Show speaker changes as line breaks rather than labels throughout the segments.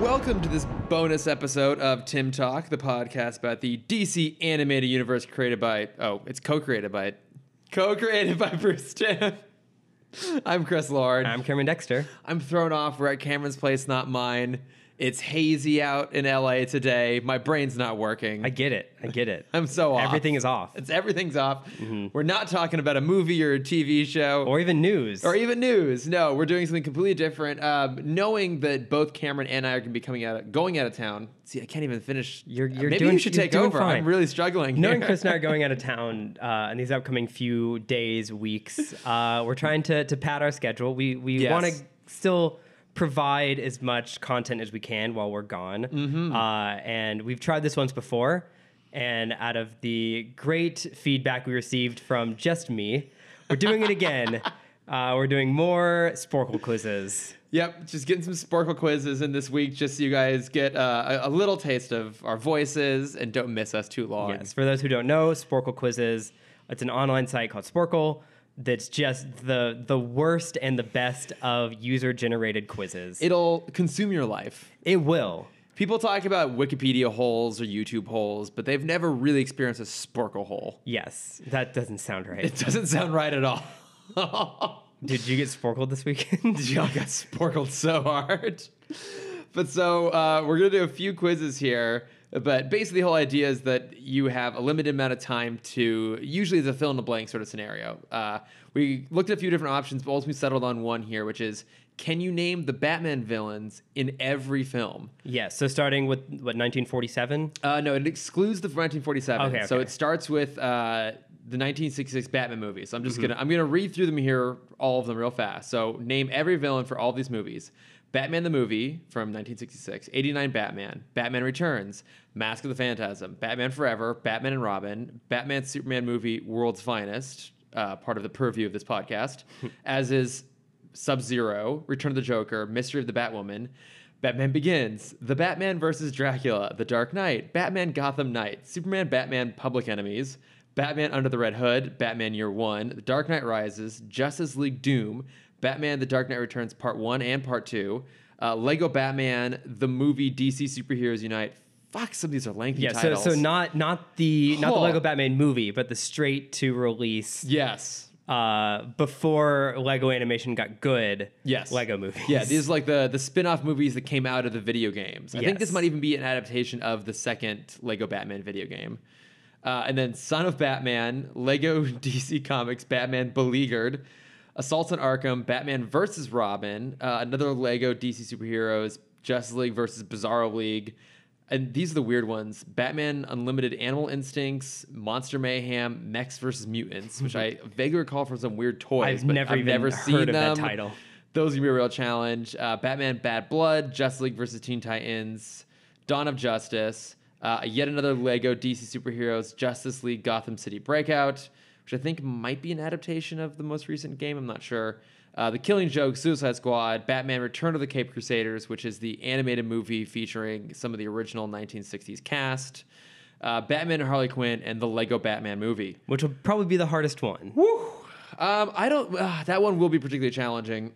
Welcome to this bonus episode of Tim Talk, the podcast about the DC animated universe created by, oh, it's co created by, co created by Bruce Tim. I'm Chris Lord.
I'm Cameron Dexter.
I'm thrown off. We're at Cameron's place, not mine. It's hazy out in LA today. My brain's not working.
I get it. I get it.
am so off.
Everything is Mm-hmm. off.
It's everything's off. We're not talking about a movie or a TV show
Or even news.
or even news. No, we're doing something completely different. Um, knowing that both Cameron and I are going to be coming out, going out of town. See, I can't even finish.
You're- you're
Maybe
doing-
you should
you're
take
doing
over. I'm
fine.
really struggling.
Knowing
here.
Chris and I are going out of town uh, in these upcoming few days, weeks, uh, we're trying to, to pad our schedule. We, we
Yes.
want to still provide as much content as we can while we're gone.
Mm-hmm.
Uh, and we've tried this once before. And out of the great feedback we received from just me, we're doing it again. Uh, we're doing more Sporkle quizzes.
Yep, just getting some Sporkle quizzes in this week, just so you guys get uh, a, a little taste of our voices and don't miss us too long.
Yes. For those who don't know, Sporkle quizzes. It's an online site called Sporkle that's just the the worst and the best of user generated quizzes. It,
It'll consume your life.
will.
People talk about Wikipedia holes or YouTube holes, but they've never really experienced a Sporkle hole.
Yes, that doesn't sound right.
It doesn't sound right at all.
Did you get Sporkled this weekend?
Y'all got sporkled so hard. But so uh, we're gonna do a few quizzes here. But basically, the whole idea is that you have a limited amount of time to usually it's a fill in the blank sort of scenario. Uh, we looked at a few different options, but ultimately settled on one here, which is can you name the Batman villains in every film?
yes. So starting with what 1947.
Uh, no, it excludes the 1947.
Okay,
So
okay.
it starts with uh, the 1966 Batman movie. So I'm
Mm-hmm.
just gonna I'm gonna read through them here, all of them real fast. So name every villain for all these movies: Batman the movie from 1966, 89 Batman, Batman Returns, Mask of the Phantasm, Batman Forever, Batman and Robin, Batman Superman movie, World's Finest, uh, part of the purview of this podcast, as is Sub Zero, Return of the Joker, Mystery of the Batwoman, Batman Begins, The Batman vs. Dracula, The Dark Knight, Batman Gotham Knight, Superman Batman Public Enemies, Batman Under the Red Hood, Batman Year One, The Dark Knight Rises, Justice League Doom, Batman The Dark Knight Returns Part 1 and Part 2, uh, Lego Batman, the movie DC Superheroes Unite. Fuck, some of these are lengthy
Yeah. So
titles.
so not not the not the
Huh.
Lego Batman movie, but the straight to release
Yes.
uh, before Lego animation got good.
Yes.
Lego movies.
Yeah, these are like the the spin-off movies that came out of the video games. I think this
Yes.
might even be an adaptation of the second Lego Batman video game. Uh, and then Son of Batman, Lego DC Comics, Batman Beleaguered, Assault on Arkham, Batman versus Robin, uh, another Lego DC superheroes, Justice League versus Bizarro League. And these are the weird ones Batman Unlimited Animal Instincts, Monster Mayhem, Mechs versus Mutants, which I vaguely recall from some weird toys.
I've
but
never
I've
even
never
heard
seen
of that
them.
title.
Those are gonna be a real challenge. Uh, Batman Bad Blood, Justice League versus Teen Titans, Dawn of Justice, uh, yet another Lego DC superheroes, Justice League Gotham City Breakout, which I think might be an adaptation of the most recent game. I'm not sure. Uh, the Killing Joke, Suicide Squad, Batman Return of the Cape Crusaders, which is the animated movie featuring some of the original 1960s cast, uh, Batman and Harley Quinn, and the Lego Batman movie.
Which will probably be the hardest one.
Um, I don't. Uh, that one will be particularly challenging.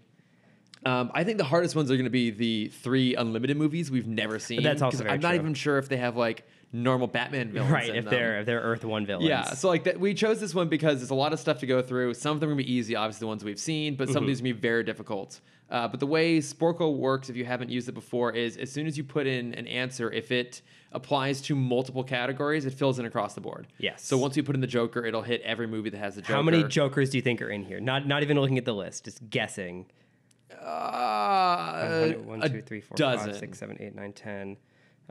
Um, I think the hardest ones are going to be the three unlimited movies we've never seen.
that's also
'cause
very
I'm not
true.
even sure if they have like normal Batman villains.
right
in
if
them.
they're if they're earth one villains
um, Yeah, so like that, we chose this one because it's a lot of stuff to go through. Some of them are gonna be easy, obviously the ones we've seen, but some
Mm-hmm.
of these are gonna be very difficult. Uh, but the way Sporkle works, if you haven't used it before, is as soon as you put in an answer, if it applies to multiple categories, it fills in across the board.
Yes.
So once you put in the Joker, it'll hit every movie that has the Joker.
how many jokers do you think are in here not not even looking at the list just guessing
Uh,
One,
a
two, three, four, five,
dozen.
six, seven, eight, nine, 10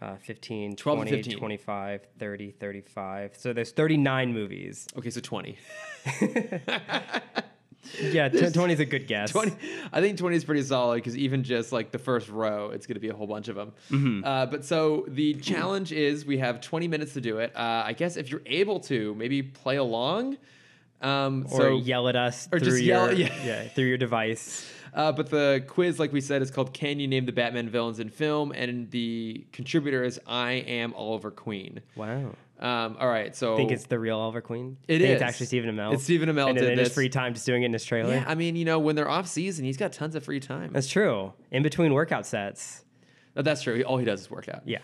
uh, 15
12 to
20
15.
25 30 35 so there's 39 movies
Okay, so 20.
yeah t- 20 is a good guess
20 I think 20 is pretty solid because even just like the first row, it's going to be a whole bunch of them.
Mm-hmm.
Uh, but so the challenge is we have 20 minutes to do it. Uh, I guess if you're able to, maybe play along. Um,
or
so,
yell at us
or
through
just
your
yell- yeah.
through your device
uh, but the quiz, like we said, is called Can You Name the Batman Villains in Film? And the contributor is I Am Oliver Queen.
wow
Um, all right, so.
I think it's the real Oliver Queen.
It
Think
is.
It's actually Stephen Amell.
It's Stephen Amell
And
did
in his
this.
free time, just doing it in his trailer.
yeah, I mean, you know, when they're off season, he's got tons of free time.
That's true. In between workout sets.
No, that's true. He- All he does is work out.
Yeah.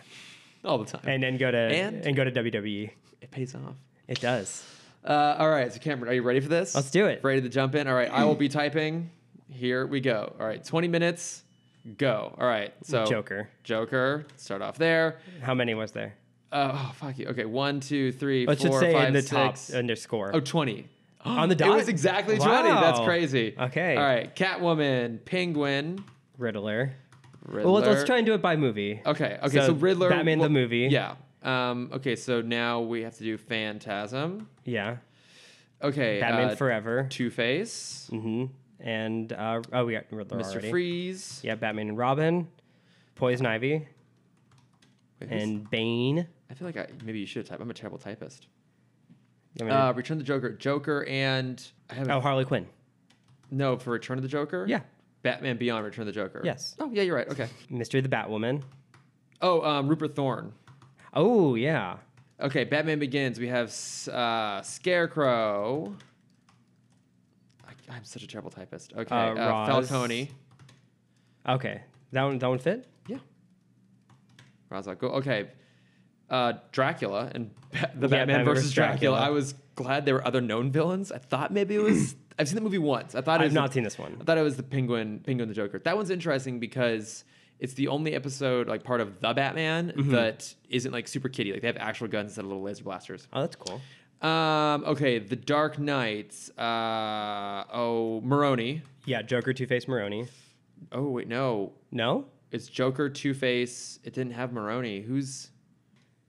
All the time.
And then go to
And-
and, go to WWE.
it pays off.
It does.
Uh, all right, so Cameron, are you ready for this?
Let's do it.
Ready to jump in? All right, I will be typing. Here we go. All right, 20 minutes, go. All right, so
Joker.
Joker, start off there.
How many was there?
Uh, oh, fuck you. Okay, one, two, three,
It should
four,
say in
five,
the top
six.
underscore.
Oh, 20.
On the
It
dot?
was exactly 20. That's
Wow.
crazy.
Okay.
All right, Catwoman, Penguin,
Riddler.
Riddler.
Well, let's, let's try and do it by movie.
Okay, okay, so,
So,
Riddler.
Batman the movie.
Yeah. Um, okay, so now we have to do Phantasm.
Yeah.
Okay.
Batman
uh,
Forever.
Two Face,
hmm And uh, oh, we got Riddler
Mr.
already.
Freeze, Uh,
Yeah, Batman and Robin, Poison Ivy,
Wait, who's-
and Bane.
I feel like I maybe you should type. I'm a terrible typist.
You want me to-
Uh, Return of the Joker, Joker, and I haven't.
oh, Harley Quinn.
No, for Return of the Joker.
Yeah.
Batman Beyond Return of the Joker.
Yes.
Oh yeah, you're right. Okay.
Mystery of the Batwoman.
Oh, um, Rupert Thorne.
Oh yeah.
Okay, Batman Begins. We have s- uh, Scarecrow. I, I'm such a terrible typist. Okay,
Uh,
uh,
Roz.
Falcone.
Okay, that one. That one fit.
Yeah. Ra's al Ghul. Okay. Uh, Dracula and Ba- the
Yeah,
Batman
Batman
versus
versus
Dracula.
Dracula.
I was glad there were other known villains. I thought maybe it was. I've seen the movie once. I thought it
I've
was
not seen this one.
I thought it was the Penguin, Penguin the Joker. That one's interesting because it's the only episode, like part of the Batman,
Mm-hmm.
that isn't like super kitty. Like they have actual guns instead of little laser blasters.
Oh, that's cool.
Um, okay, The Dark Knights. Uh, oh, Maroni.
Yeah, Joker, Two Face, Maroni.
Oh wait, no,
No.
it's Joker, Two Face. It didn't have Maroni. Who's?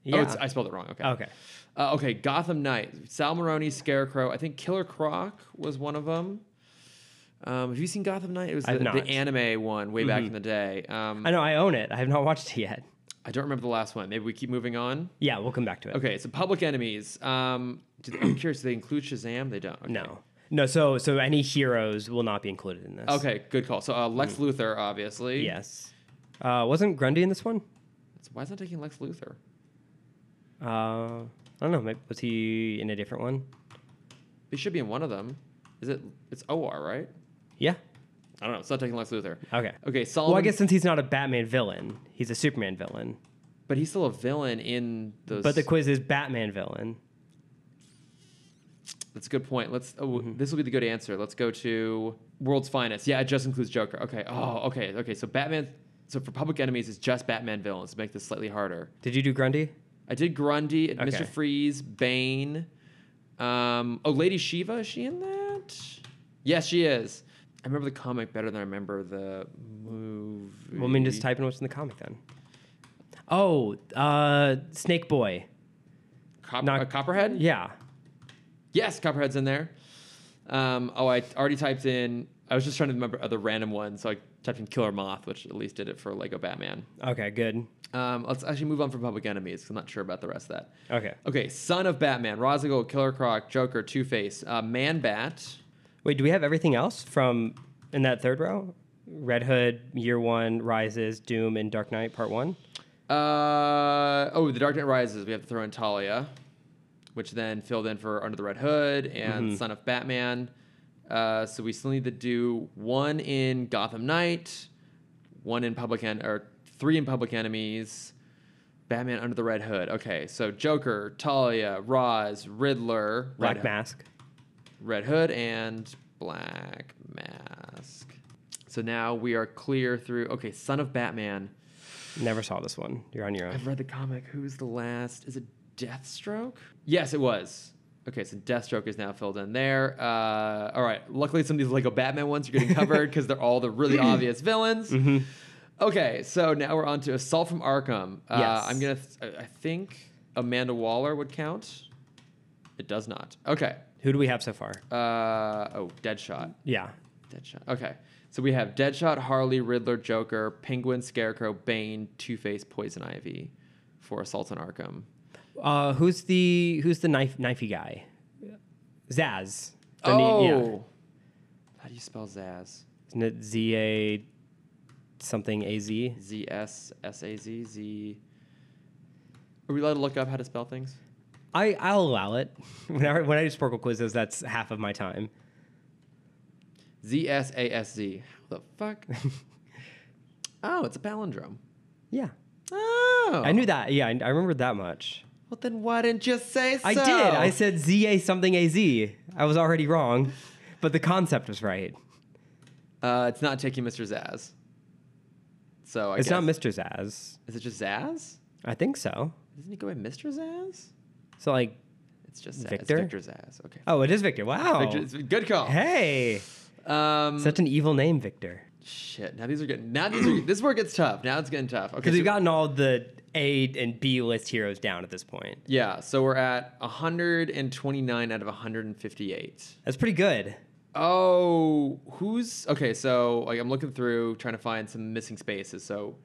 Yeah.
Oh, it's, I spelled it wrong. Okay.
okay.
Uh, okay, Gotham Knight, Sal Maroni, Scarecrow. I think Killer Croc was one of them. Um, have you seen Gotham Knight? It was the,
I've
the
not. Mm-hmm.
anime one way back in the day. Um,
I know. I own it. I have not watched it yet.
I don't remember the last one. Maybe we keep moving on.
Yeah, we'll come back to it.
Okay, so Public Enemies. Um, do they- I'm curious. Do they include Shazam? They don't. Okay.
No. No. So so any heroes will not be included in this.
Okay, good call. So uh, Lex
Mm-hmm.
Luthor, obviously.
Yes. Uh, wasn't Grundy in this one?
So why is it taking Lex Luthor?
Uh, I don't know. Maybe, was he in a different one?
They should be in one of them. Is it? It's OR, right?
Yeah.
I don't know. It's not taking Lex Luthor.
Okay.
Okay, Solomon.
Well, I guess since he's not a Batman villain, he's a Superman villain.
but he's still a villain in the.
But the quiz is Batman villain.
That's a good point. Let's. Oh,
Mm-hmm.
this will be the good answer. Let's go to World's Finest. Yeah, it just includes Joker. Okay. Oh, okay. Okay. So Batman. So for Public Enemies, it's just Batman villains to make this slightly harder.
Did you do Grundy?
I did Grundy, and Mr.
Okay.
Freeze, Bane. Um, oh, Lady Shiva, is she in that? Yes, she is. I remember the comic better than I remember the movie.
Well, I mean, just type in what's in the comic then. Oh, uh, Snake Boy.
Cop-
not-
uh, Copperhead?
Yeah.
Yes, Copperhead's in there. Um, oh, I already typed in. I was just trying to remember other random ones, so I typed in Killer Moth, which at least did it for Lego Batman.
Okay, good.'cause
Um, let's actually move on from Public Enemies. 'cause I'm not sure about the rest of that.
Okay.
Okay, Son of Batman, Ra's al Ghul, Killer Croc, Joker, Two Face, uh, Man Bat.
Wait, do we have everything else from in that third row? Red Hood, Year One, Rises, Doom, and Dark Knight Part One.
Uh, oh, The Dark Knight Rises. We have to throw in Talia, which then filled in for Under the Red Hood and
Mm-hmm.
Son of Batman. Uh, so we still need to do one in Gotham Knight, one in Public En- or three in Public Enemies, Batman Under the Red Hood. Okay, so Joker, Talia, Roz, Riddler,
Black
Red,
Mask.
Red Hood, and Black Mask. So now we are clear through. Okay, Son of Batman.
Never saw this one. You're on your own.
I've read the comic. Who's the last? Is it Deathstroke? Yes, it was. Okay, so Deathstroke is now filled in there. Uh, all right. Luckily, some of these Lego Batman ones are getting covered because they're all the really obvious villains. Okay, so now we're on to Assault from Arkham. Uh,
Yes.
I'm gonna. Th- I I think Amanda Waller would count. It does not. Okay.
Who do we have so far?
Uh, oh, Deadshot.
Yeah.
Deadshot. Okay. So we have Deadshot, Harley, Riddler, Joker, Penguin, Scarecrow, Bane, Two Face, Poison Ivy for Assault on Arkham.
Uh, who's the who's the knife knifey guy? Zaz. The
oh.
ne- yeah.
How do you spell Zaz?
Isn't it Z A something A Z?
Z S S A Z Z. Are we allowed to look up how to spell things?
I I'll allow it. When I when I do Sporkle quizzes, that's half of my time.
Z S A S Z. How the fuck? oh, it's a palindrome.
Yeah.
Oh.
I knew that. Yeah, I, I remembered that much.
Well, then why didn't you say so?
I did. I said ZA something AZ. I was already wrong, but the concept was right.
Uh, it's not taking Mr. Zaz. So I
it's
guess.
not Mr. Zaz.
Is it just Zaz?
I think so.
Doesn't he go by Mr. Zaz?
So, like,
It's just Zaz.
Victor?
Victor Zaz. Okay.
oh, it is Victor. Wow.
Victor, it's- good call.
Hey.
Um,
Such an evil name, Victor.
shit. Now these are getting. Now these are. this is where it gets tough. Now it's getting tough. Okay.
Because
so-
we've gotten all the A and B list heroes down at this point.
Yeah. So we're at 129 out of 158.
That's pretty good.
Oh, who's okay? So like, I'm looking through trying to find some missing spaces. So,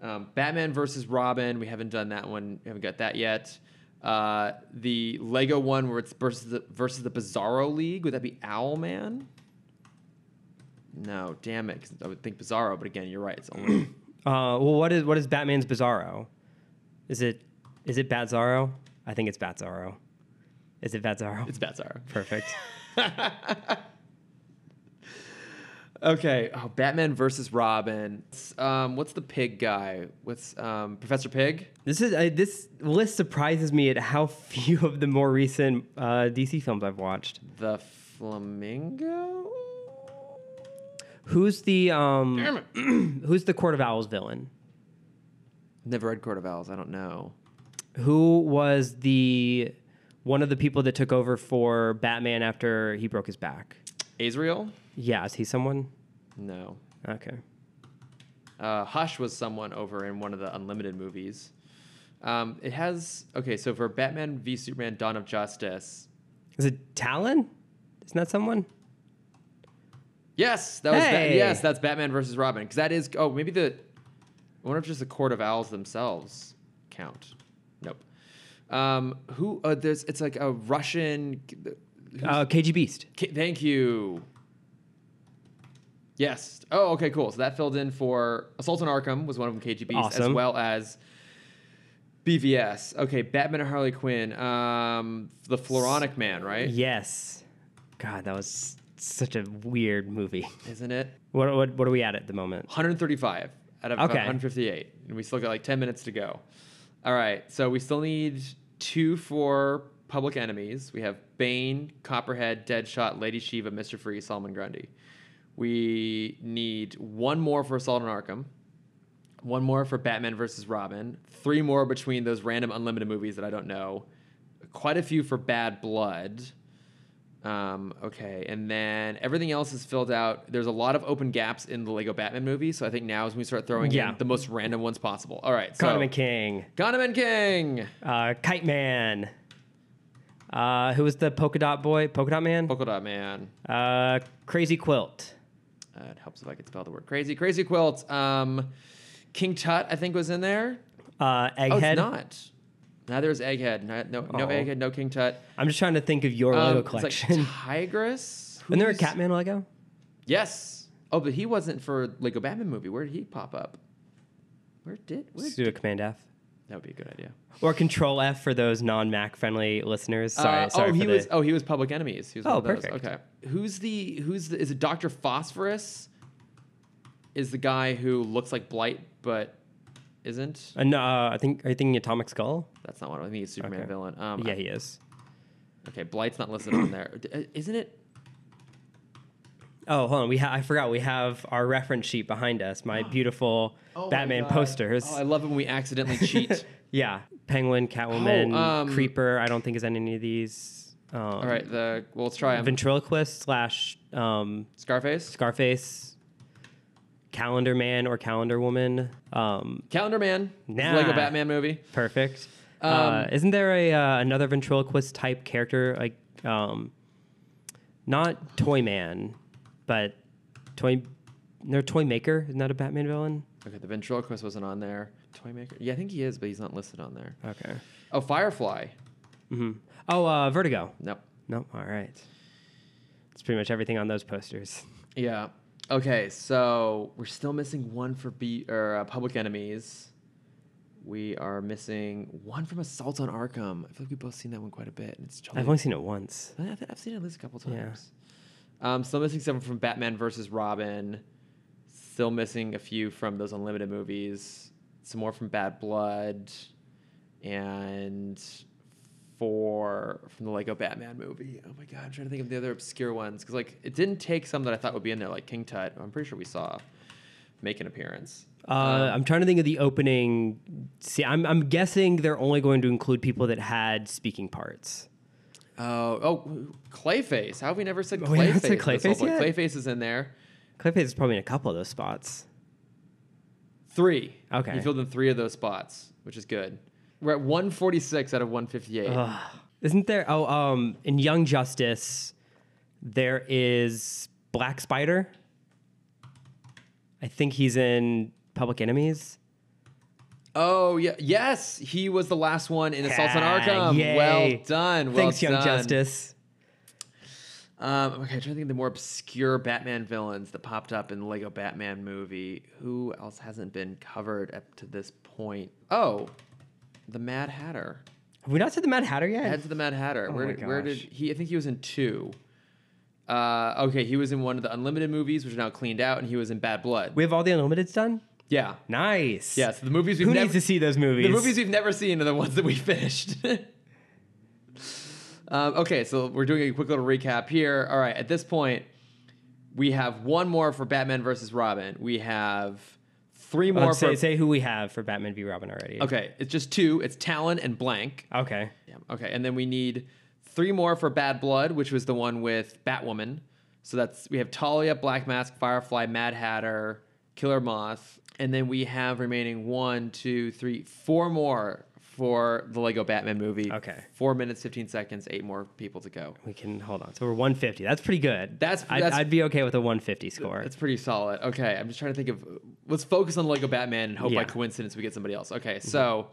um, Batman versus Robin. We haven't done that one. We haven't got that yet. Uh, the Lego one where it's versus the versus the Bizarro League. Would that be Owlman? No, damn it. 'cause I would think Bizarro, but again, you're right. It's only
Uh, well, what is what is Batman's Bizarro? Is it is it Batzaro? I think it's Batzaro. Is it Batzaro?
it's Batzaro.
perfect.
Okay. Oh, Batman versus Robin. It's, Um, what's the pig guy? What's um, Professor Pig?
This is uh, this list surprises me at how few of the more recent uh, DC films I've watched.
The flamingo?
Who's the um,
Damn it.
who's the Court of Owls villain?
Never read Court of Owls. I don't know.
Who was the one of the people that took over for Batman after he broke his back?
Azrael?
Yeah, is he someone?
No.
Okay.
Uh, Hush was someone over in one of the Unlimited movies. Um, it has okay. So for Batman v Superman: Dawn of Justice,
Is it Talon? Isn't that someone?
yes, that was Ba-
Hey!
yes, that's Batman versus Robin because that is oh maybe the I wonder if just the Court of Owls themselves count. Nope. Um, who? Uh, there's it's like a Russian.
Uh, KG Beast.
K- thank you. Yes. Oh, okay, cool. So that filled in for Assault on Arkham was one of them, KGB, as
Awesome.
well as BVS. Okay, Batman and Harley Quinn. Um, the Floronic Man, right?
Yes. God, that was such a weird movie.
Isn't it?
What, what, what are we at at the moment?
135 out of
Okay.
158, and we still got like 10 minutes to go. All right, so we still need two for public enemies. We have Bane, Copperhead, Deadshot, Lady Shiva, Mr. Free, Solomon Grundy. We need one more for Assault on Arkham, one more for Batman versus Robin, three more between those random unlimited movies that I don't know, quite a few for Bad Blood. Um, okay, and then everything else is filled out. There's a lot of open gaps in the Lego Batman movie, so I think now is when we start throwing
Yeah.
in the most random ones possible. All right, so
Condiment King,
Goneman King,
uh, Kite Man. Uh, who was the polka dot boy? Polka dot man?
Polka Dot Man.
Uh, Crazy Quilt.
Uh, it helps if I could spell the word crazy. Crazy Quilt. Um, King Tut, I think, was in there.
Uh,
Oh, it's
Egghead.
not. Neither is Egghead. No, no, no
Oh.
Egghead. No King Tut.
I'm just trying to think of your
Um,
Lego
it's like
collection.
Tigress.
Isn't there a
Who's-
Catman Lego?
Yes. Oh, but he wasn't for Lego Batman movie. Where did he pop up? Where did? Where
Let's do a Command F.
That would be a good idea.
Or Control F for those non Mac friendly listeners. Sorry,
Uh,
sorry.
Oh,
for
he
the-
was. Oh, he was Public Enemies. He was one
Oh,
of those.
perfect.
Okay. Who's the? Who's the? Is it Doctor Phosphorus? Is the guy who looks like Blight but isn't?
Uh, no, uh, I think are you thinking Atomic Skull?
That's not what I think. He's Superman
Okay.
villain. Um,
yeah, he is.
Okay, Blight's not listed on there. D- uh, Isn't it?
Oh, hold on. We ha- I forgot we have our reference sheet behind us. My beautiful Batman posters.
Oh, I love when we accidentally cheat.
yeah, Penguin, Catwoman,
Oh, um,
Creeper. I don't think is in any of these. Um,
All right. The well, let's try him.
Ventriloquist slash um,
Scarface,
Scarface, Calendar Man or Calendar Woman. Um,
Calendar Man,
Nah.
Lego Batman movie.
perfect. uh,
Um,
isn't there a uh, another ventriloquist type character like um, not Toy Man, but Toy? No, Toy Maker. Isn't that a Batman villain?
Okay, the ventriloquist wasn't on there. Toymaker. Yeah, I think he is, but he's not listed on there.
Okay.
Oh, Firefly.
hmm Oh, uh, Vertigo.
Nope.
No, all right. It's pretty much everything on those posters.
Yeah. Okay, so we're still missing one for B or uh, Public Enemies. We are missing one from Assault on Arkham. I feel like we've both seen that one quite a bit, and it's totally.
I've only seen it once.
I think I've seen it at least a couple
Yeah.
times. Um, still missing seven from Batman versus Robin. Still missing a few from those Unlimited movies. some more from Bad Blood, and four from the Lego Batman movie. Oh my god, I'm trying to think of the other obscure ones because like it didn't take some that I thought would be in there, like King Tut. who I'm pretty sure we saw make an appearance. Um,
Uh, I'm trying to think of the opening. See, I'm, I'm guessing they're only going to include people that had speaking parts.
Oh, oh, Clayface. How have we never said
Oh, we haven't
Clayface?
said
this whole thing?
Clayface yet?
Clayface is in there.
Clayface is probably in a couple of those spots.
Three.
Okay.
You filled in three of those spots, which is good. We're at 146 out of 158.
Ugh. Isn't there? Oh, um, in Young Justice, there is Black Spider. I think he's in Public Enemies.
Oh yeah, yes, he was the last one in Assault on
Ah,
Arkham.
yay.
Well done. Well
Thanks, Young
done.
Justice.
Um, okay, I'm trying to think of the more obscure Batman villains that popped up in the Lego Batman movie. Who else hasn't been covered up to this point? Oh, the Mad Hatter.
Have we not said the Mad Hatter yet?
Head to the Mad Hatter. where
Oh my
did, where did
gosh.
he? I think he was in two. Uh, okay, he was in one of the Unlimited movies, which are now cleaned out, and he was in Bad Blood.
we have all the Unlimiteds done.
yeah,
Nice.
yeah. So the movies we've
Who
never
needs to see those movies?
the movies we've never seen are the ones that we finished. um, okay, so we're doing a quick little recap here. All right, at this point, we have one more for Batman versus Robin. We have three
Well,
more
say,
for.
Oh, say who we have for Batman v Robin already.
okay, it's just two. It's Talon and Blank.
Okay.
Yeah, okay, and then we need three more for Bad Blood, which was the one with Batwoman. So that's we have Talia, Black Mask, Firefly, Mad Hatter, Killer Moth, and then we have remaining one, two, three, four more for the Lego Batman movie.
Okay.
four minutes, fifteen seconds, eight more people to go.
We can hold on. So we're 150. That's pretty good.
That's-
I'd,
that's-
I'd be okay with a 150 score.
That's pretty solid. Okay, I'm just trying to think of. Let's focus on Lego Batman and hope
Yeah. Mm-hmm.
by coincidence we get somebody else. Okay, so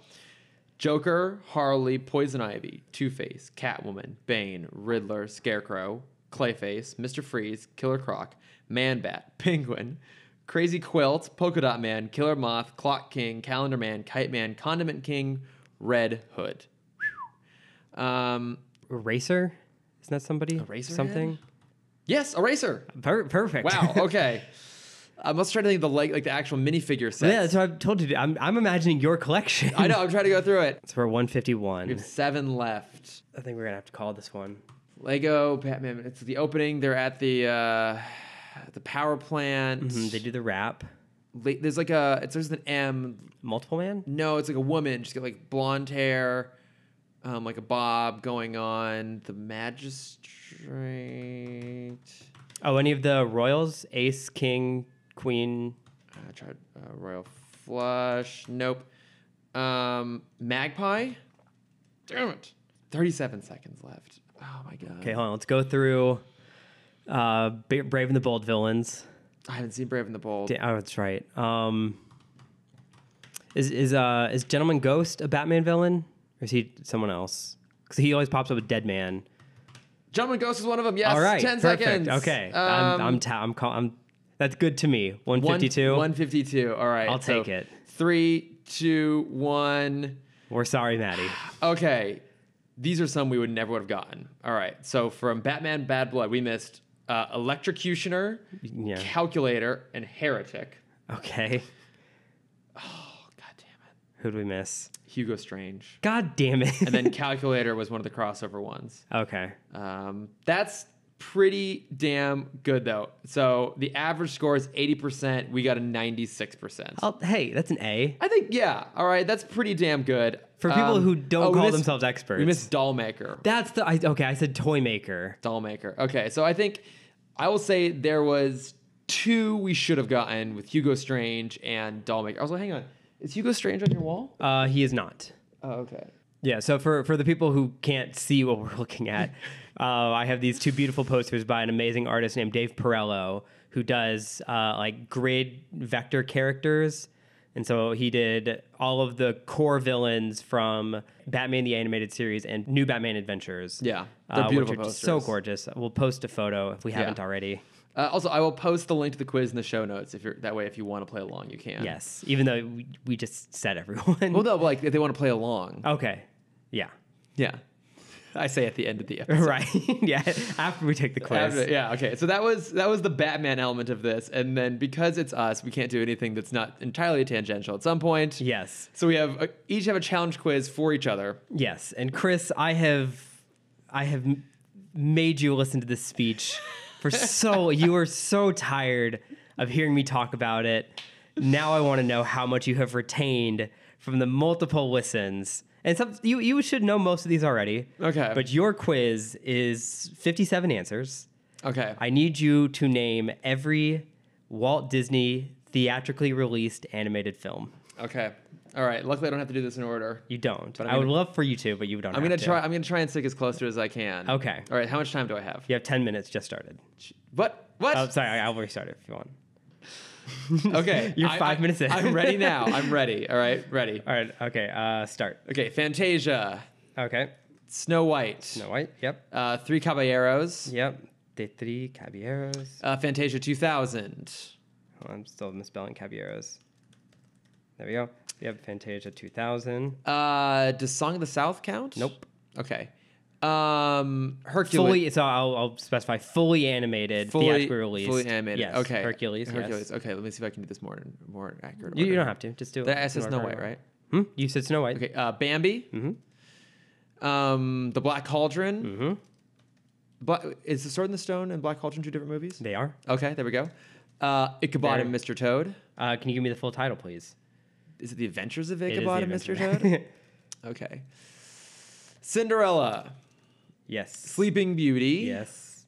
Joker, Harley, Poison Ivy, Two Face, Catwoman, Bane, Riddler, Scarecrow, Clayface, Mister Freeze, Killer Croc, Man Bat, Penguin, Crazy Quilt, Polka Dot Man, Killer Moth, Clock King, Calendar Man, Kite Man, Condiment King, Red Hood. Whew. Um,
Eraser? Isn't that somebody?
Eraserhead?
Something?
yes, Eraser.
Per- perfect.
Wow. Okay. I'm also trying to think of the like, like the actual minifigure set.
yeah, that's what I've told you. to- I'm, I'm imagining your collection.
I know. I'm trying to go through it.
So we're 151.
We have seven left.
I think we're going to have to call this one.
Lego Batman. It's the opening. They're at the uh, the power plant.
Mm, They do the rap.
La- There's like a. It's there's an M.
Multiple man?
No, it's like a woman. She's got like blonde hair, um, like a bob going on. The magistrate.
Oh, any of the royals? Ace, king, queen.
I tried uh, royal flush. Nope. Um, magpie. Damn it. Thirty-seven seconds left. Oh my god.
Okay, hold on. Let's go through uh, Ba- Brave and the Bold villains.
I haven't seen Brave and the Bold.
Da- Oh, that's right. Um, is is uh is Gentleman Ghost a Batman villain or is he someone else? Because he always pops up with Dead Man.
Gentleman Ghost is one of them. Yes.
All right,
Ten
perfect.
seconds.
Okay,
Um,
I'm I'm, ta- I'm, call- I'm that's good to me. One
one-
fifty two.
152. All right.
I'll take it.
Three, two, one.
We're sorry, Maddie.
Okay. These are some we would never would have gotten. All right. So from Batman Bad Blood, we missed uh, Electrocutioner,
Yeah.
Calculator, and Heretic.
Okay.
Oh, God damn it.
Who'd we miss?
Hugo Strange.
God damn it.
And then Calculator was one of the crossover ones.
okay.
Um, that's pretty damn good though. So the average score is 80%. We got a 96%.
I'll, hey, that's an A
I think, yeah. All right. That's pretty damn good.
for people
Um,
who don't
oh, we
call
missed-
themselves experts.
We missed Dollmaker.
that's the I, okay. I said toy maker.
Dollmaker. Okay. So I think I will say there was two we should have gotten with Hugo Strange and Dollmaker. Also, hang on. Is Hugo Strange on your wall?
Uh, he is not.
Oh, okay.
Yeah, so for, for the people who can't see what we're looking at, uh, I have these two beautiful posters by an amazing artist named Dave Perello, who does uh, like grid vector characters. And so he did all of the core villains from Batman the Animated Series and New Batman Adventures.
Yeah, they're
uh,
beautiful
which are just so
posters.
gorgeous. We'll post a photo if we haven't already.
Uh, also, I will post the link to the quiz in the show notes. If you're that way, if you want to play along, you can.
Yes, even though we, we just said everyone. Oh.
Well, no, like if they want to play along.
okay, yeah.
Yeah. I say at the end of the episode.
right. yeah. After we take the quiz.
After- yeah. Okay. So that was that was the Batman element of this, and then because it's us, we can't do anything that's not entirely tangential at some point.
Yes.
So we have uh each have a challenge quiz for each other.
Yes. And Chris, I have, I have m- made you listen to this speech for so you were so tired of hearing me talk about it. Now I want to know how much you have retained from the multiple listens. And some, you you should know most of these already.
Okay.
But your quiz is 57 answers.
Okay.
I need you to name every Walt Disney theatrically released animated film.
Okay. All right. Luckily, I don't have to do this in order.
You don't.
But I'm
I would
gonna-
love for you to, but you don't.
I'm
have
gonna
to.
try. I'm gonna try and stick as close to it as I can.
Okay.
All right. How much time do I have?
You have 10 minutes just started.
What? What?
Oh, sorry. I'll restart it if you want.
okay.
Oh, You're
I-
five
I-
minutes in.
I'm ready now. I'm ready. All right. Ready.
All right. Okay. Uh, start.
Okay. Fantasia,
Okay.
Snow White,
No white. Yep.
uh, Three Caballeros,
Yep. De three caballeros.
uh, Fantasia 2000.
Oh, I'm still misspelling caballeros. There we go. We have Fantasia 2000.
Uh, does Song of the South count?
Nope.
Okay. Um, Hercules.
Fully, so I'll, I'll specify fully animated, theatrical release.
fully animated.
Yes.
Okay.
Hercules. yes.
Hercules. Okay. Let me see if I can do this more more accurate.
You, you
order.
don't have to. Just do it.
That I said
in
Snow
order.
White, right?
Hmm? You said Snow White.
Okay, uh, Bambi. Mm-hmm. Um, the Black Cauldron.
Mm.
Mm-hmm. Bla- is the Sword in the Stone and Black Cauldron two different movies?
They are.
Okay, there we go. Uh, Ichabod and Mr. Toad.
Uh, can you give me the full title, please?
Is it The Adventures of
It is
Ichabod
the
and Mr.
Adventure-
Toad? Okay. Cinderella,
yes.
Sleeping Beauty.
Yes.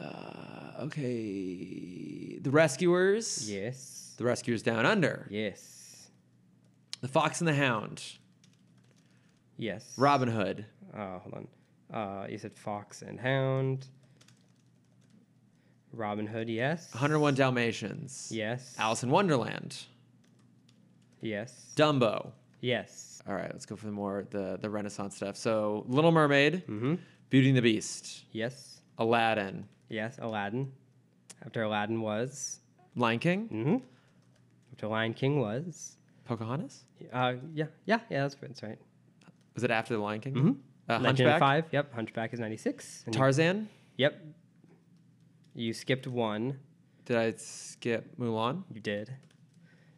Uh, okay. The Rescuers.
Yes.
The Rescuers Down Under.
Yes.
The Fox and the Hound.
Yes.
Robin Hood.
Uh, hold on. Uh, you said Fox and Hound. Robin Hood, yes.
101 Dalmatians.
Yes.
Alice in Wonderland.
Yes.
Dumbo.
Yes.
All right, let's go for the more the the Renaissance stuff. So, Little Mermaid,
Mm-hmm.
Beauty and the Beast,
Yes.
Aladdin,
Yes. Aladdin. After Aladdin was.
Lion King,
Mm-hmm. After Lion King was.
Pocahontas.
Uh, yeah. Yeah. Yeah. That's, that's right.
Was it after the Lion King?
Mhm.
Uh,
Legend of
Hunchback,
Five. Yep. Hunchback is 96. And you-
Tarzan.
Yep. You skipped one.
Did I skip Mulan?
You did.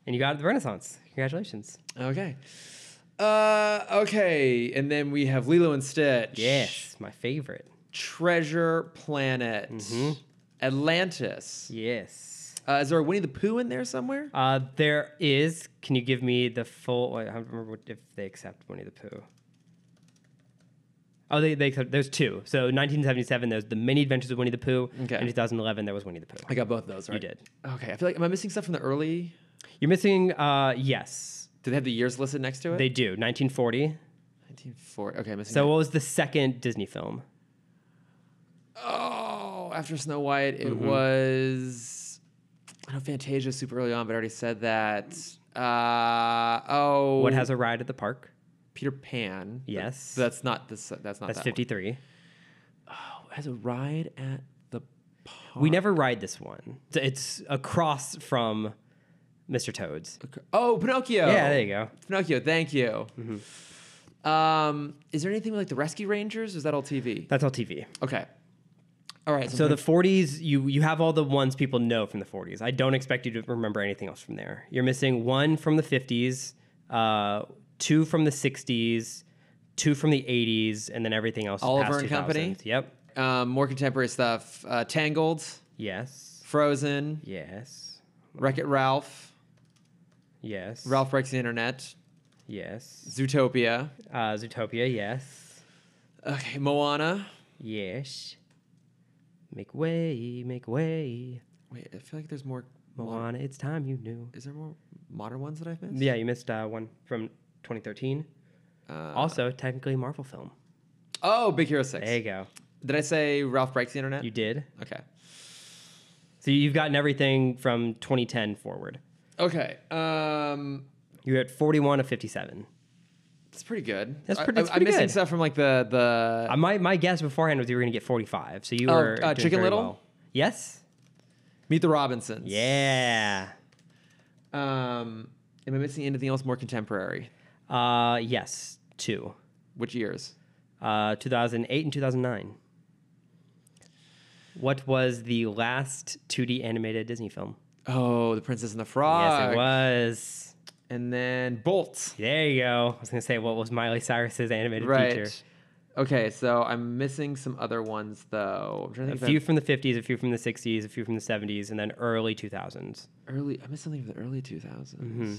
And you got the Renaissance. Congratulations.
Okay. Uh, okay, and then we have Lilo and Stitch.
Yes. My favorite.
Treasure Planet.
Mhm.
Atlantis.
Yes.
Uh, is there a Winnie the Pooh in there somewhere?
Uh, there is. Can you give me the full? I don't remember what, if they accept Winnie the Pooh. Oh, they, they accept. There's two. So 1977, there's the Mini Adventures of Winnie the Pooh.
Okay.
In 2011, there was Winnie the Pooh.
I got both of those right.
You did.
Okay, I feel like am I missing stuff from the early?
You're missing. Uh, yes,
Did they have the years listed next to it?
they do. 1940.
1940. Okay, I'm missing.
So what was the second Disney film?
Oh, after Snow White, it
Mm-hmm.
was. I know Fantasia super early on, but I already said that. Uh, oh,
What has a ride at the park?
Peter Pan? Th-
Yes.
that's not this. That's not.
That's
that
53.
One. Oh, has a ride at the park.
We never ride this one. It's- It's across from Mr. Toad's.
Oh, Pinocchio.
Yeah, there you go.
Pinocchio. Thank you.
Mm-hmm.
Um, is there anything like the Rescue Rangers? Or is that all TV?
That's all TV.
Okay. All right.
So
I'm
the 40s, you you have all the ones people know from the 40s. I don't expect you to remember anything else from there. You're missing one from the 50s, uh, two from the 60s, two from the 80s, and then everything else. is
Oliver
past
and Company?
2000s. Yep.
gonna- um, more contemporary stuff. Uh, Tangled,
Yes.
Frozen,
Yes.
Wreck It Ralph.
Yes.
Ralph Breaks the Internet,
Yes.
Zootopia,
Uh, Zootopia. Yes.
okay, Moana.
Yes. Make way, make way.
Wait, I feel like there's more. Moana.
Moana, it's time you knew.
Is there more modern ones that I've missed?
Yeah, you missed uh, one from 2013.
Uh,
also, technically a Marvel film.
oh, Big Hero Six.
There you go.
Did I say Ralph Breaks the Internet?
You did.
okay.
So you've gotten everything from 2010 forward.
Okay. Um,
You're at 41 of 57.
it's pretty good.
That's
I-
pretty- it's
I,
pretty
am missing
good.
stuff from like the the.
Uh, my, my guess beforehand was you were going to get 45. So you
Oh,
were.
uh,
doing
Chicken
very
Little?
well. Yes.
Meet the Robinsons.
Yeah.
Um, am I missing anything else more contemporary?
Uh, yes. Two.
Which years?
uh, 2008 and 2009. What was the last 2D animated Disney film?
Oh, The Princess and the Frog.
yes, it was.
And then Bolt.
There you go. I was gonna say what was Miley Cyrus's animated
Right.
feature?
Okay, so I'm missing some other ones though. I'm trying to
A
think
few from the 50s, a few from the 60s, a few from the 70s, and then early 2000s.
about early. I missed something from the early 2000s.
Mm-hmm.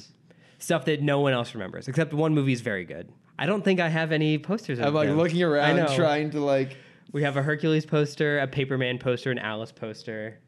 Stuff that no one else remembers, except one movie is very good. I don't think I have any posters. Of
I'm like
them.
looking
I
around,
know.
trying to like.
We have a Hercules poster, a Paperman poster, an Alice poster.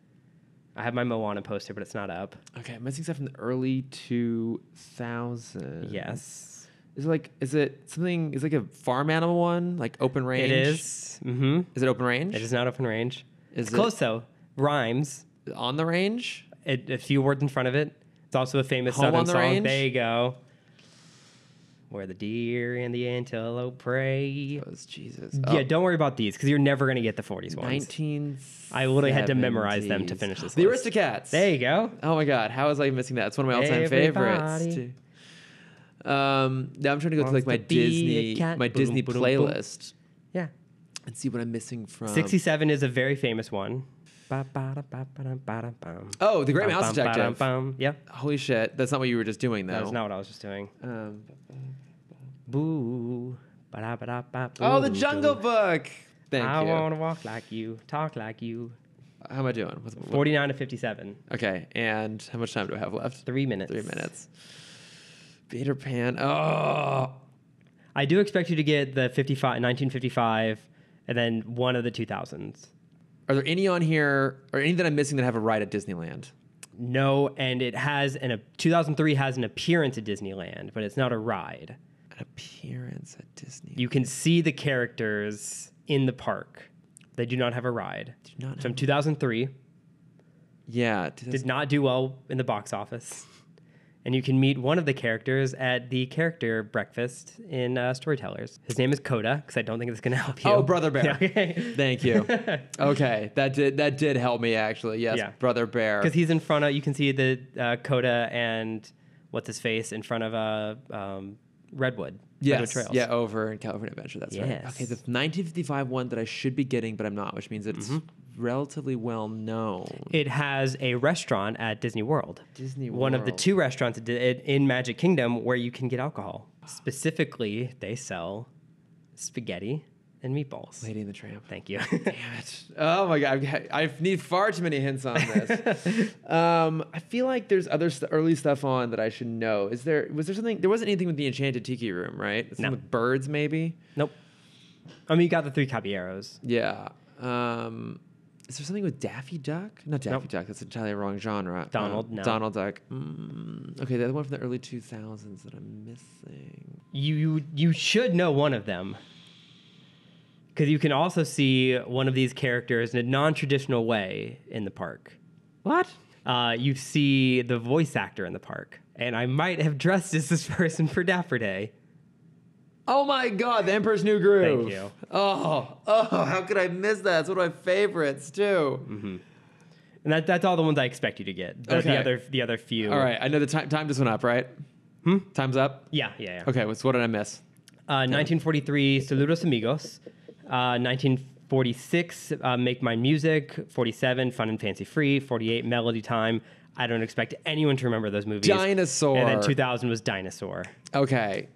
I have my Moana poster, but it's not up.
Okay, I'm missing stuff from the early 2000s.
Yes,
Is it like is it something? Is it like a farm animal one, like open range?
it is. Mm-hmm.
Is it open range?
It is not open range.
Is
it's
it-
close though. Rhymes.
on the range.
It, a few words in front of it. It's also a famous
Home
southern
on the
song.
Range?
There you go. Where the deer and the antelope prey.
It was Oh, Jesus.
Yeah, don't worry about these because you're never gonna get the 40s ones.
Nineteen.
I literally had to memorize them to finish this
The
list.
Aristocats.
There you go.
Oh my God, how was I missing that? It's one of my all-time favorites.
Everybody
too. Um, now I'm trying to go through
Wants
like my
to be a
Disney,
cat.
my
Boom,
Disney
boom, boom.
playlist,
Yeah.
and see what I'm missing from.
67 is a very famous one. Ba- ba- da- ba- ba- da- ba- da- bum.
Oh, The Great
Bum,
Mouse
bum, ba- da-
Detective.
bum. Yeah,
Holy shit, that's not what you were just doing though.
that was not what I was just doing.
Um,
Boo. Ba- da- ba- da- ba-
oh, The
boo,
Jungle
boo.
Book. Thank
I
you.
want to walk like you, talk like you.
How am I doing? What- what-
49 to 57.
Okay, and how much time do I have left?
Three minutes.
Three minutes. Peter Pan. Oh,
I do expect you to get the 55, 1955 and then one of the 2000s.
are there any on here or any that I'm missing that have a ride at Disneyland?
No, and it has an, a 2003 has an appearance at Disneyland, but it's not a ride.
An appearance at Disney.
You can see the characters in the park. They do not have a ride.
do not.
From
have-
2003,
yeah.
did not do well in the box office. And you can meet one of the characters at the character breakfast in uh, Storytellers. His name is Coda, because I don't think this can help you.
Oh, Brother Bear.
Yeah, okay.
Thank you. okay, that did that did help me actually. Yes,
Yeah.
brother bear.
Because he's in front of, you can see the uh, Coda and what's his face in front of uh, um, Redwood. Redwood
Yes,
Trails.
yeah, over in California Adventure. That's right.
Yes.
Okay, the 1955 one that I should be getting, but I'm not, which means it's
Mm-hmm.
relatively well known.
It has a restaurant at Disney World.
Disney
One of the
World.
two restaurants at Di- in- in Magic Kingdom where you can get alcohol. Specifically, they sell spaghetti and meatballs.
Lady and the Tramp.
Thank you.
Damn it. Oh my god, I've- I need far too many hints on this. um, I feel like there's other st- early stuff on that I should know. Is there was there something? There wasn't anything with the Enchanted Tiki Room, right? Something
No.
with birds, maybe.
nope. I mean, you got the three caballeros.
Yeah. Um, is there something with Daffy Duck? Not Daffy
Nope.
Duck. That's entirely the wrong genre.
Donald,
Um,
no.
Donald Duck. Mm, okay, the other one from the early 2000s that I'm missing.
You you, you should know one of them. Because you can also see one of these characters in a non traditional way in the park.
What?
Uh, you see the voice actor in the park. And I might have dressed as this person for Dapper Day.
Oh my God, The Emperor's New Groove.
you.
Oh, oh, how could I miss that? It's one of my favorites too.
And that, that's all the ones I expect you to get. The,
Okay.
the other the other few.
All right, I know the time time just went up, right?
Hmm?
Time's up.
Yeah, yeah, yeah.
Okay, what's what did I miss?
Uh, 1943, Saludos Amigos. Uh, 1946, uh, Make My Music. 47, Fun and Fancy Free. 48, Melody Time. I don't expect anyone to remember those movies.
Dinosaur.
And then 2000 was Dinosaur,
Okay,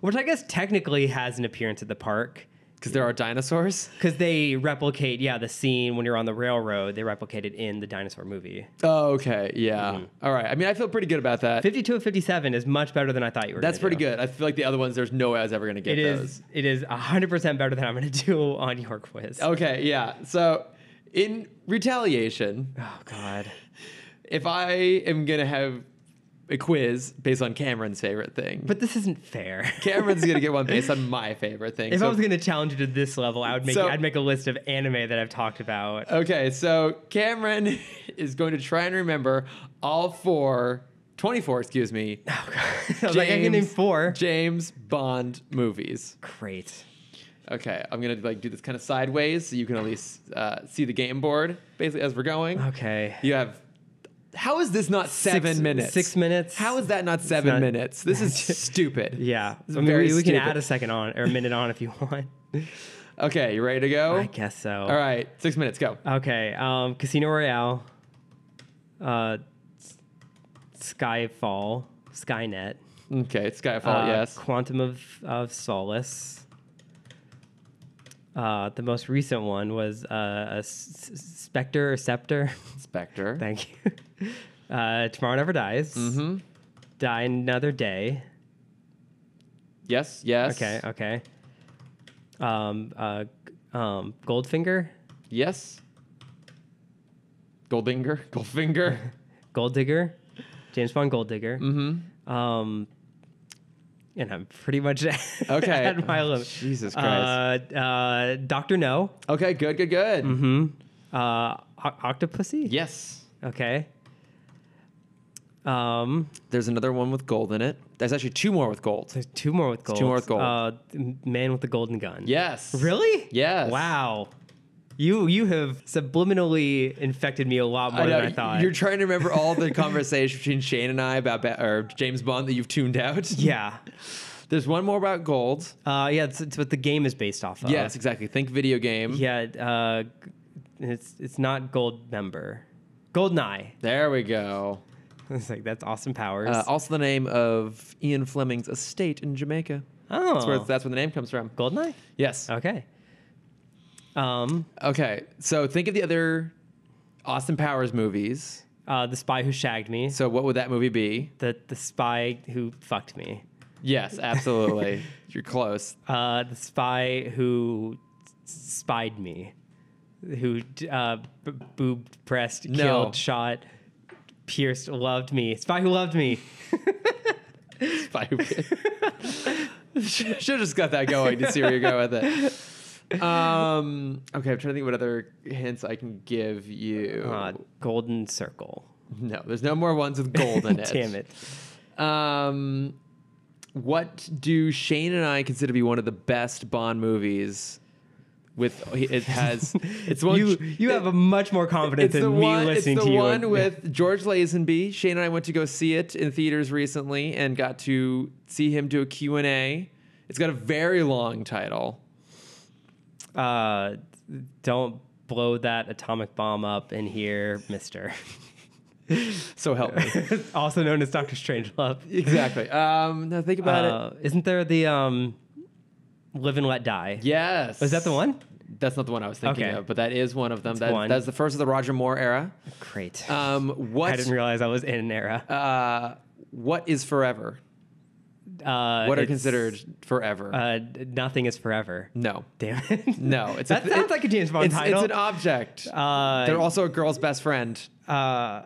which I guess technically has an appearance at the park
because there are dinosaurs.
because they replicate, yeah, the scene when you're on the railroad. They replicate it in the dinosaur movie.
Oh, okay, yeah.
Mm-hmm.
All right. I mean, I feel pretty good about that.
52 and 57 is much better than I thought you were.
That's
gonna
pretty
do.
good. I feel like the other ones, there's no way I was ever gonna get
It is.
those.
It is hundred percent better than I'm going to do on your quiz.
Okay, yeah. So, in retaliation,
Oh God.
if I am gonna have a quiz based on Cameron's favorite thing,
But this isn't fair.
Cameron's gonna get one based on my favorite thing.
If
So-
I was going to challenge you to this level, I would make
So-
I'd make a list of anime that I've talked about.
Okay, so Cameron is going to try and remember all four, 24, excuse me,
Oh God. I was like, I can name
James-
four.
James Bond movies.
Great.
Okay, I'm gonna like do this kind of sideways so you can at least uh, see the game board basically as we're going.
Okay.
You have. How is this not seven
Six-
minutes?
six minutes.
How is that not seven
not-
minutes? This is stupid.
Yeah.
This is
I mean,
very
we, we can
stupid.
add a second on or a minute on if you want.
Okay, you ready to go?
I guess so.
Oh. All right, six minutes, go.
Okay. Um, Casino Royale. Uh, S- Skyfall. Skynet.
Okay, Skyfall,
uh,
yes.
Quantum of, of Solace. Uh, the most recent one was uh, a s- s- Spectre or Scepter.
Spectre.
Thank you. Uh, Tomorrow Never Dies.
mm-hmm.
Die Another Day.
Yes, yes.
Okay, okay. Um, uh, g- um, Goldfinger?
Yes. Goldinger. Goldfinger.
Gold Digger? James Bond Gold Digger.
mm-hmm.
Um, and I'm pretty much
Okay.
at my limit.
Jesus Christ.
Uh, uh, Doctor No.
okay, good, good, good.
Mm-hmm. Uh, O- Octopussy.
Yes.
Okay. Um,
There's another one with gold in it. There's actually two more with gold.
there's two more with gold.
two more with gold.
Uh, M- Man with the Golden Gun.
Yes.
Really?
Yes.
Wow. You you have subliminally infected me a lot more
I know,
than I thought.
You're trying to remember all the conversation between Shane and I about ba- or James Bond that you've tuned out.
yeah.
There's one more about gold.
Uh, yeah, it's, it's what the game is based off of.
Yes, exactly. Think video game.
Yeah, uh, g- it's it's not gold member. Goldeneye.
There we go.
It's like that's awesome powers.
Uh, also, the name of Ian Fleming's estate in Jamaica.
oh,
That's where, that's where the name comes from.
Goldeneye.
Yes.
Okay. Um,
Okay. So think of the other Austin Powers movies.
uh, the spy who shagged me.
So what would that movie be?
The the spy who fucked me.
Yes, absolutely. You're close.
Uh, the spy who s- spied me. Who d- uh, b- boob pressed,
No.
killed, shot, pierced, loved me. Spy who loved me.
Spy who Should have just got that going to see where you go with it. Um, okay, I'm trying to think what other hints I can give you.
Uh, golden circle.
no, there's no more ones with gold in it.
Damn it.
Um, what do Shane and I consider to be one of the best Bond movies? With it has it's one
you you have a much more confidence
it's
than
the
me
one it's
listening
the
to you.
one with George Lazenby. Shane and I went to go see it in theaters recently and got to see him do a Q and A. It's got a very long title.
uh, don't blow that atomic bomb up in here, Mister.
So help me.
also known as Doctor Strangelove.
exactly. Um, now think about it.
Uh, isn't there the um, live and let die?
Yes.
Is that the one?
That's not the one I was thinking
Okay.
of, but that is one of them.
That's
That,
one.
that's the first of the Roger Moore era.
Great.
Um,
Uh, I
what
didn't realize I was in an era.
uh, what is forever?
Uh,
What are
it's,
considered forever?
Uh, nothing is forever.
no,
Damn it.
no. It's
that
a,
sounds like a James Bond
it's, it's
title.
an object.
uh,
They're also a girl's best friend.
uh,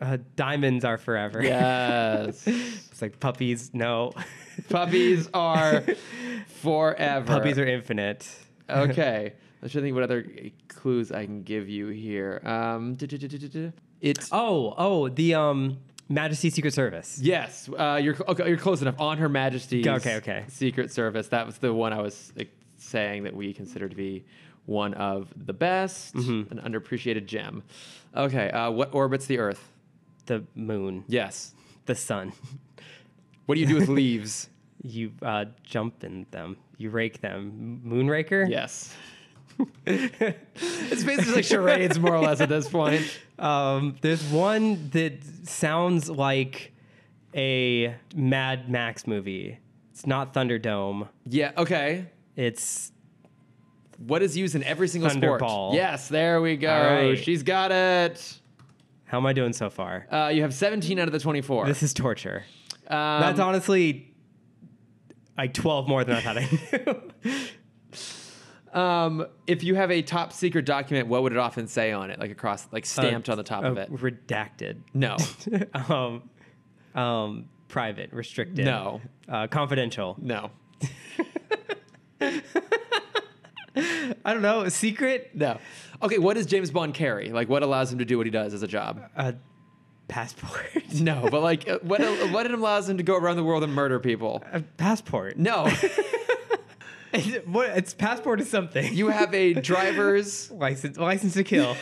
uh, diamonds are forever.
Yes,
It's like puppies. No,
puppies are forever.
puppies are infinite.
okay. I'm trying to think what other clues I can give you here. Um, du-du-du-du-du-du. it's
Oh, oh, the um, Majesty Secret Service.
yes. Uh, you're cl- okay, you're close enough. On Her Majesty's
Okay, okay.
Secret Service. That was the one I was like, saying that we consider to be one of the best, an underappreciated gem. Okay. Uh, what orbits the Earth?
The moon,
Yes.
the sun.
What do you do with leaves?
You uh, jump in them. You rake them. Moonraker.
Yes. it's basically like charades, more or less, at this point.
Um, there's one that sounds like a Mad Max movie. It's not Thunderdome.
Yeah. Okay.
It's
What is used in every single
Thunderball.
sport? Yes. There we go.
right.
She's got it.
how am I doing so far?
Uh, you have 17 out of the 24.
This is torture.
Um,
That's honestly like 12 more than I thought I knew.
um, if you have a top secret document, what would it often say on it? Like across, like stamped on the top of
Uh,
it?
Redacted.
No.
um, um, private, restricted.
No.
Uh, confidential.
No.
I don't know. Secret.
No. Okay. What does James Bond carry? Like, what allows him to do what he does as a job?
Uh, passport.
No, but like, uh, what what allows him to go around the world and murder people?
A passport.
No.
It's- what? It's passport is something.
You have a driver's
license. License to kill.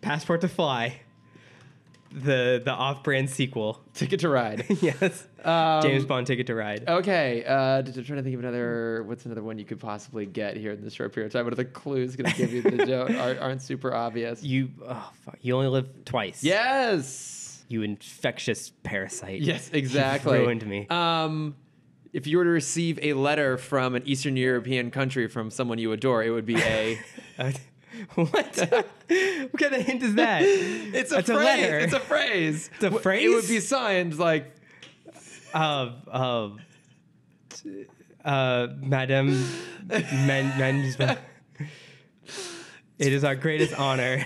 passport to fly. the the off-brand sequel.
Ticket to Ride.
yes,
Um,
James Bond Ticket to Ride.
Okay, uh, d- d- trying to think of another. What's another one you could possibly get here in this short period of time? What are the clues going to give you that don't- aren't, aren't super obvious?
You oh, fuck, you only live twice.
Yes,
You infectious parasite.
yes,
You've
exactly.
ruined me.
Um, if you were to receive a letter from an Eastern European country from someone you adore, it would be a.
Uh, what? what kind of hint is that?
it's a
That's
phrase.
letter.
It's a phrase.
a
W- It
phrase?
would be signed like
of of t- uh, Madame Men, Men- It is our greatest honor.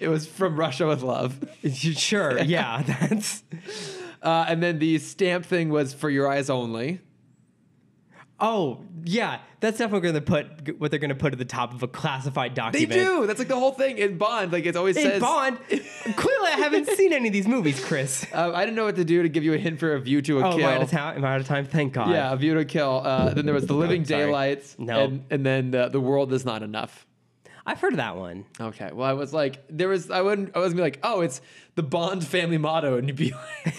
it was from Russia with love.
sure, yeah, that's.
Uh, and then the stamp thing was for your eyes only.
Oh, yeah, that's definitely going to put g- what they're going to put at the top of a classified
They
document.
do. That's like the whole thing in Bond. Like it's always
In
says
Bond, clearly I haven't seen any of these movies, Chris.
Uh, I didn't know what to do to give you a hint for a view to a
Oh, am
kill.
I out of time? Am I out of time? Thank God.
Yeah, a view to a kill. Uh, then there was the Living
Oh, sorry.
Daylights.
No.
And, and then the, the world is not enough.
I've heard of that one.
Okay. Well, I was like, there was. I wouldn't. I was be like, oh, it's the Bond family motto, and you'd be like,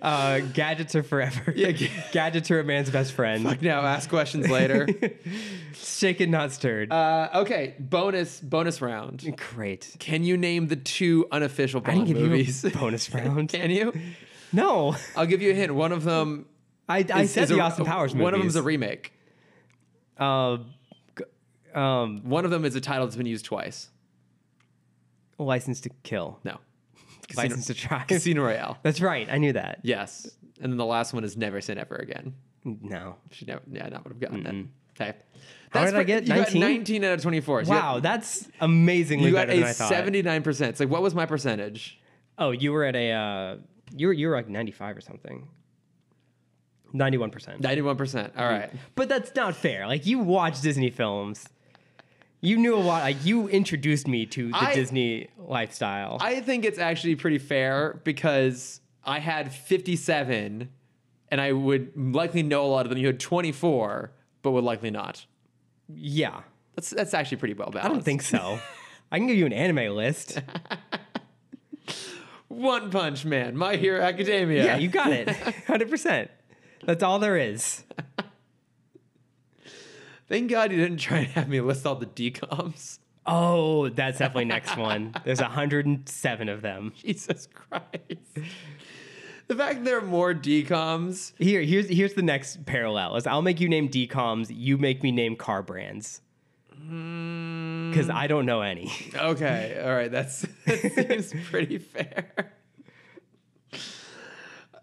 Uh, gadgets are forever.
Yeah, ga-
gadgets are a man's best friend.
like now ask questions later.
Shaken, not stirred.
uh, okay. Bonus bonus round.
Great.
Can you name the two unofficial
I didn't
Bond
give
movies?
you a bonus round.
Can you?
No,
I'll give you a hint. One of them.
I, I
is-
said
is
the
a-
Austin Powers movies.
One of them's a remake.
uh, um,
One of them is a title that's been used twice.
License to Kill,
No. Casino,
License to Try.
Casino Royale.
That's right. I knew that.
Yes. And then the last one is never say never again.
No.
She never, yeah, not would have gotten that. Okay.
How did I get?
You got
19?
19 out of 24. So you
Wow, that's amazingly
got- You got,
better than I
a
thought.
79%. It's like, what was my percentage?
Oh, you were at a uh, you were you were like ninety five or something. Ninety one percent.
91%. All right.
But that's not fair. Like you watch Disney films. You knew a lot. Like you introduced me to the
I-
Disney lifestyle.
I think it's actually pretty fair because I had 57 and I would likely know a lot of them. You had 24, but would likely not.
yeah,
That's that's actually pretty well balanced.
I don't think so. I can give you an anime list.
One Punch Man, My Hero Academia.
Yeah, you got it. 100%. That's all there is.
Thank God you didn't try and have me list all the decoms.
Oh, that's definitely next one. There's 107 of them.
Jesus Christ. The fact that there are more decoms.
Here, here's here's the next parallel. Is I'll make you name DComs, you make me name car brands. Cuz I don't know any.
Okay, all right, that's that seems pretty fair.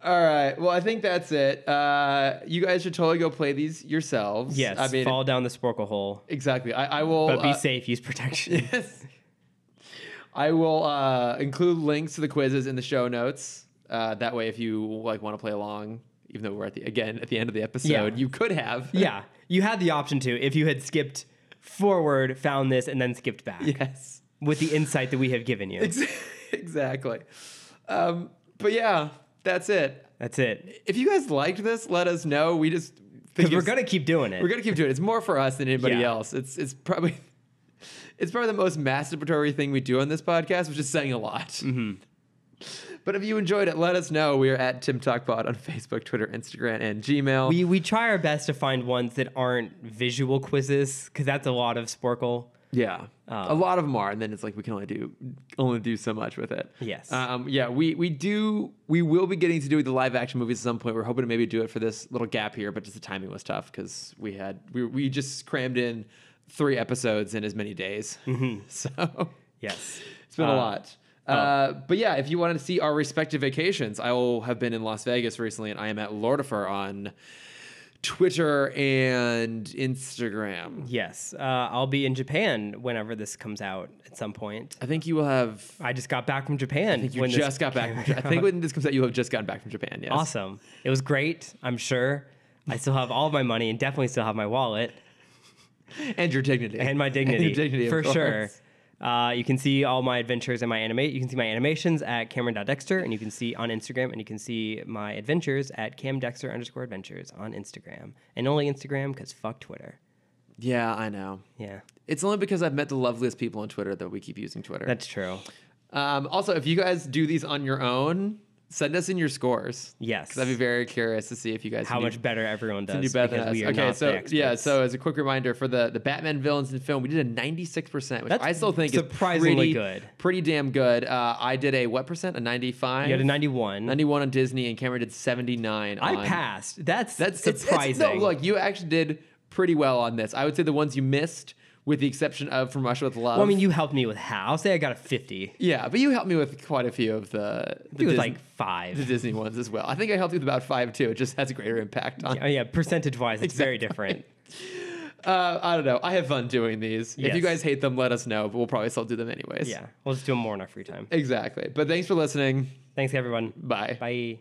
All right, well, I think that's it. Uh, you guys should totally go play these yourselves.
Yes,
I mean
fall down the sporkle hole.
exactly. I, I will.
But be
uh,
safe, use protection.
yes. I will uh, include links to the quizzes in the show notes. Uh, that way, if you like want to play along, even though we're at the again at the end of the episode, you could have.
yeah, you had the option to if you had skipped forward, found this and then skipped back
Yes.
with the insight that we have given you.
Ex- exactly. Um, but yeah, that's it.
That's it.
If you guys liked this, let us know. We just
Cuz
think
we're
it's-
going to keep doing it.
we're gonna keep doing it. It's more for us than anybody
Yeah.
else. It's it's probably it's probably the most masturbatory thing we do on this podcast, which is saying a lot.
Mm-hmm.
But if you enjoyed it, let us know. We are at Tim Talk Pod on Facebook, Twitter, Instagram, and Gmail.
We we try our best to find ones that aren't visual quizzes because that's a lot of Sporkle.
Yeah.
Uh,
a lot of them are, and then it's like we can only do only do so much with it.
Yes.
Um, yeah, we we do we will be getting to do the live action movies at some point. We're hoping to maybe do it for this little gap here, but just the timing was tough because we had we we just crammed in three episodes in as many days. So
Yes.
it's been a
Mm-hmm. Uh,
lot. Uh, But yeah, if you wanted to see our respective vacations, I will have been in Las Vegas recently, and I am at Lordifer on Twitter and Instagram.
Yes. Uh, I'll be in Japan whenever this comes out at some point.
I think you will have
I just got back from Japan.
I think you
when this
just got back.
came
From, Ja- I
out.
think when this comes out, you have just gotten back from Japan. Yes.
awesome. It was great. I'm sure. I still have all of my money and definitely still have my wallet
And your dignity.
and my dignity,
your dignity, of
for
course.
sure. Uh, you can see all my adventures and my animate. You can see my animations at Cameron.Dexter, and you can see on Instagram, and you can see my adventures at CamDexter underscore adventures on Instagram, and only Instagram because fuck Twitter.
Yeah, I know.
Yeah,
It's only because I've met the loveliest people on Twitter that we keep using Twitter.
that's true.
Um, also, if you guys do these on your own, send us in your scores.
Yes.
'Cause I'd be very curious to see if you guys
How
knew-
much better everyone does.
knew better
because
than us.
we are
Okay,
not the
so yeah,
experts.
so as a quick reminder for the the Batman villains in film, we did a ninety six percent, which
That's
I still think
surprisingly
is pretty,
good.
pretty damn good. Uh, I did a what percent? A ninety five.
you had a 91.
91 on Disney, and Cameron did 79
I
on-
passed.
That's
That's that's
it's- it's-
surprising.
no, look, you actually did pretty well on this. I would say the ones you missed, with the exception of From Russia with Love.
well, I mean, you helped me with how. I'll say I got a 50.
yeah, but you helped me with quite a few of the,
I
the,
think it was
Dis-
like
the
five.
Disney ones as well. I think I helped you with about five too. It just has a greater impact on.
Oh, yeah, percentage wise, it's very different.
Uh, I don't know. I have fun doing these. If you
Yes.
guys hate them, let us know. But we'll probably still do them anyways.
Yeah, we'll just do them more in our free time.
Exactly. But thanks for listening.
Thanks, everyone.
Bye.
Bye.